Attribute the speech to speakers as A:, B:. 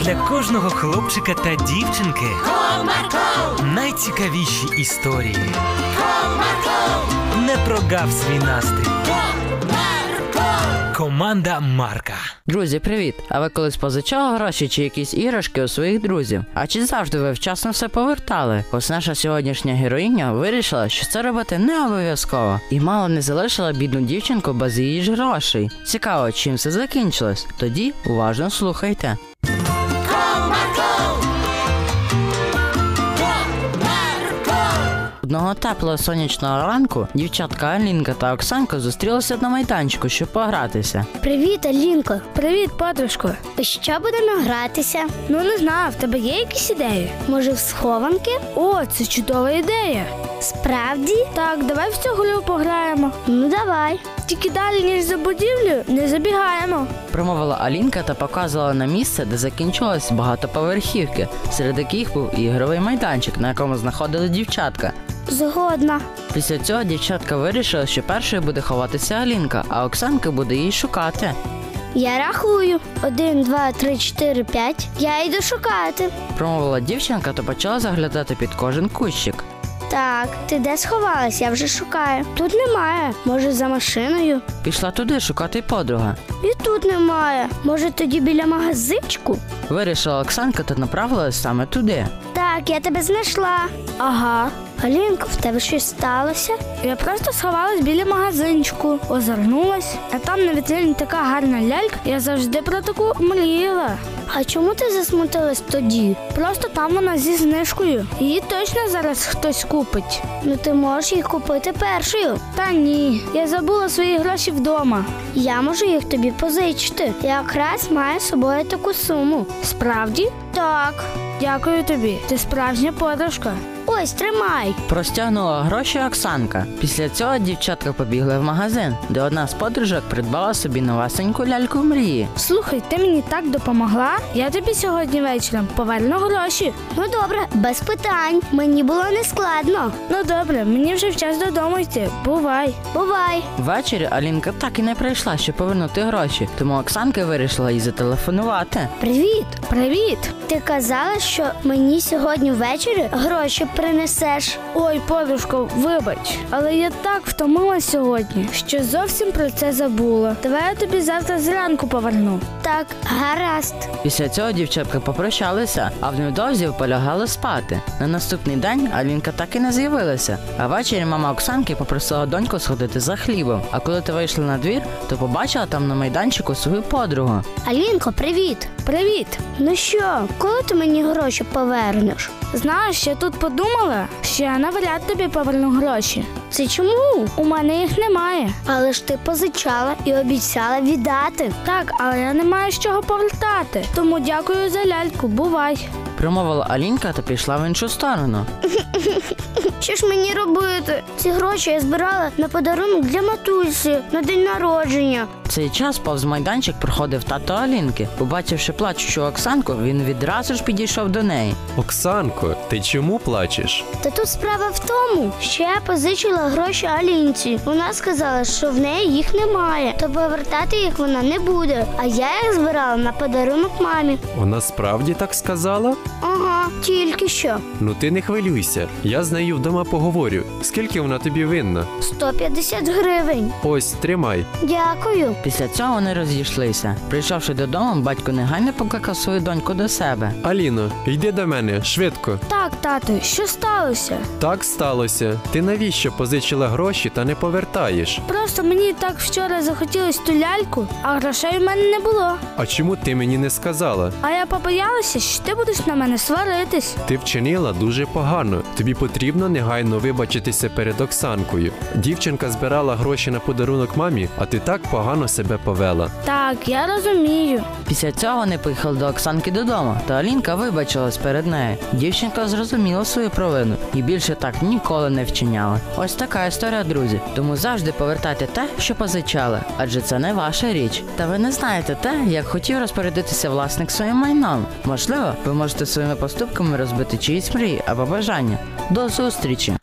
A: для кожного хлопчика та дівчинки
B: Comarco,
A: найцікавіші історії.
B: Comarco,
A: Не прогав свій настрій.
B: Comarco.
A: Команда Марка.
C: Друзі, привіт! А ви колись позичали гроші чи якісь іграшки у своїх друзів? А чи завжди ви вчасно все повертали? Ось наша сьогоднішня героїня вирішила, що це робити не обов'язково, і мало не залишила бідну дівчинку без її ж грошей. Цікаво, чим це закінчилось. Тоді уважно слухайте. Одного теплого сонячного ранку дівчатка Алінка та Оксанка зустрілися на майданчику, щоб погратися.
D: Привіт, Алінко. Привіт, подружко. То що будемо гратися? Ну не знаю, в тебе є якісь ідеї? Може, в схованки? О, це чудова ідея. Справді? Так, давай в цю гру пограємо. Ну давай. Тільки далі, ніж за будівлю, не забігаємо.
C: Промовила Алінка та показувала на місце, де закінчилось багатоповерхівки, серед яких був і ігровий майданчик, на якому знаходили дівчатка.
D: Згодна.
C: Після цього дівчатка вирішила, що першою буде ховатися Алінка, а Оксанка буде її шукати.
D: Я рахую. Один, два, три, чотири, п'ять. Я йду шукати.
C: Промовила дівчинка та почала заглядати під кожен кущик.
D: Так, ти де сховалась? Я вже шукаю. Тут немає. Може, за машиною?
C: Пішла туди шукати й подруга.
D: І тут немає. Може, тоді біля магазинчику?
C: Вирішила Оксанка та направилась саме туди.
D: Так, я тебе знайшла. Ага. Алінко, в тебе щось сталося? Я просто сховалась біля магазинчику, озирнулась, а там на вітрині така гарна лялька, я завжди про таку мріяла. А чому ти засмутилась тоді? Просто там вона зі знижкою. Її точно зараз хтось купить. Ну ти можеш її купити першою. Та ні, я забула свої гроші вдома. Я можу їх тобі позичити. Я якраз маю з собою таку суму. Справді? Так. Дякую тобі. Ти справжня подружка. Ось тримай.
C: Простягнула гроші Оксанка. Після цього дівчатка побігли в магазин, де одна з подружок придбала собі новасеньку ляльку мрії.
D: Слухай, ти мені так допомогла. Я тобі сьогодні вечором поверну гроші. Ну добре, без питань. Мені було не складно. Ну добре, мені вже вчас додому йти. Бувай. Бувай.
C: Ввечері Алінка так і не прийшла, щоб повернути гроші, тому Оксанка вирішила їй зателефонувати.
D: Привіт, привіт. Ти казала, що мені сьогодні ввечері гроші принесеш. Ой, подружко, вибач, але я так втомила сьогодні, що зовсім про це забула. Давай я тобі завтра зранку поверну. Так, гаразд.
C: Після цього дівчатка попрощалися, а в невдовзі полягали спати. На наступний день Алінка так і не з'явилася. А ввечері мама Оксанки попросила доньку сходити за хлібом. А коли ти вийшла на двір, то побачила там на майданчику свою подругу.
D: Алінко, привіт! Привіт! Ну що, коли ти мені гроші повернеш? Знаєш, я тут подумала, що я навряд тобі поверну гроші. Це чому? У мене їх немає. Але ж ти позичала і обіцяла віддати. Так, але я не маю з чого повертати. Тому дякую за ляльку, бувай.
C: Промовила Алінка та пішла в іншу сторону.
D: Що ж мені робити? Ці гроші я збирала на подарунок для матусі на день народження.
C: В цей час повз майданчик проходив тато Алінки. Побачивши плачучу Оксанку, він відразу ж підійшов до неї.
E: Оксанко, ти чому плачеш?
D: Та тут справа в тому, що я позичила гроші Алінці. Вона сказала, що в неї їх немає, то повертати їх вона не буде. А я їх збирала на подарунок мамі.
E: Вона справді так сказала?
D: Ага, тільки що.
E: Ну ти не хвилюйся. Я з нею вдома поговорю. Скільки вона тобі винна?
D: 150 гривень.
E: Ось тримай.
D: Дякую.
C: Після цього вони розійшлися. Прийшовши додому, батько негайно покликав свою доньку до себе.
E: Аліно, йди до мене швидко.
D: Так, тату, що сталося?
E: Так сталося. Ти навіщо позичила гроші та не повертаєш?
D: Просто мені так вчора захотілось ту ляльку, а грошей у мене не було.
E: А чому ти мені не сказала?
D: А я побоялася, що ти будеш на мене сваритись.
E: Ти вчинила дуже погано. Тобі потрібно негайно вибачитися перед Оксанкою. Дівчинка збирала гроші на подарунок мамі, а ти так погано себе повела.
D: Так, я розумію.
C: Після цього вони поїхали до Оксанки додому, та Алінка вибачилась перед нею. Дівчинка зрозуміла свою провину і більше так ніколи не вчиняла. Ось така історія, друзі. Тому завжди повертайте те, що позичали, адже це не ваша річ. Та ви не знаєте те, як хотів розпорядитися власник своїм майном. Можливо, ви можете своїми поступками розбити чиїсь мрії або бажання. До зустрічі!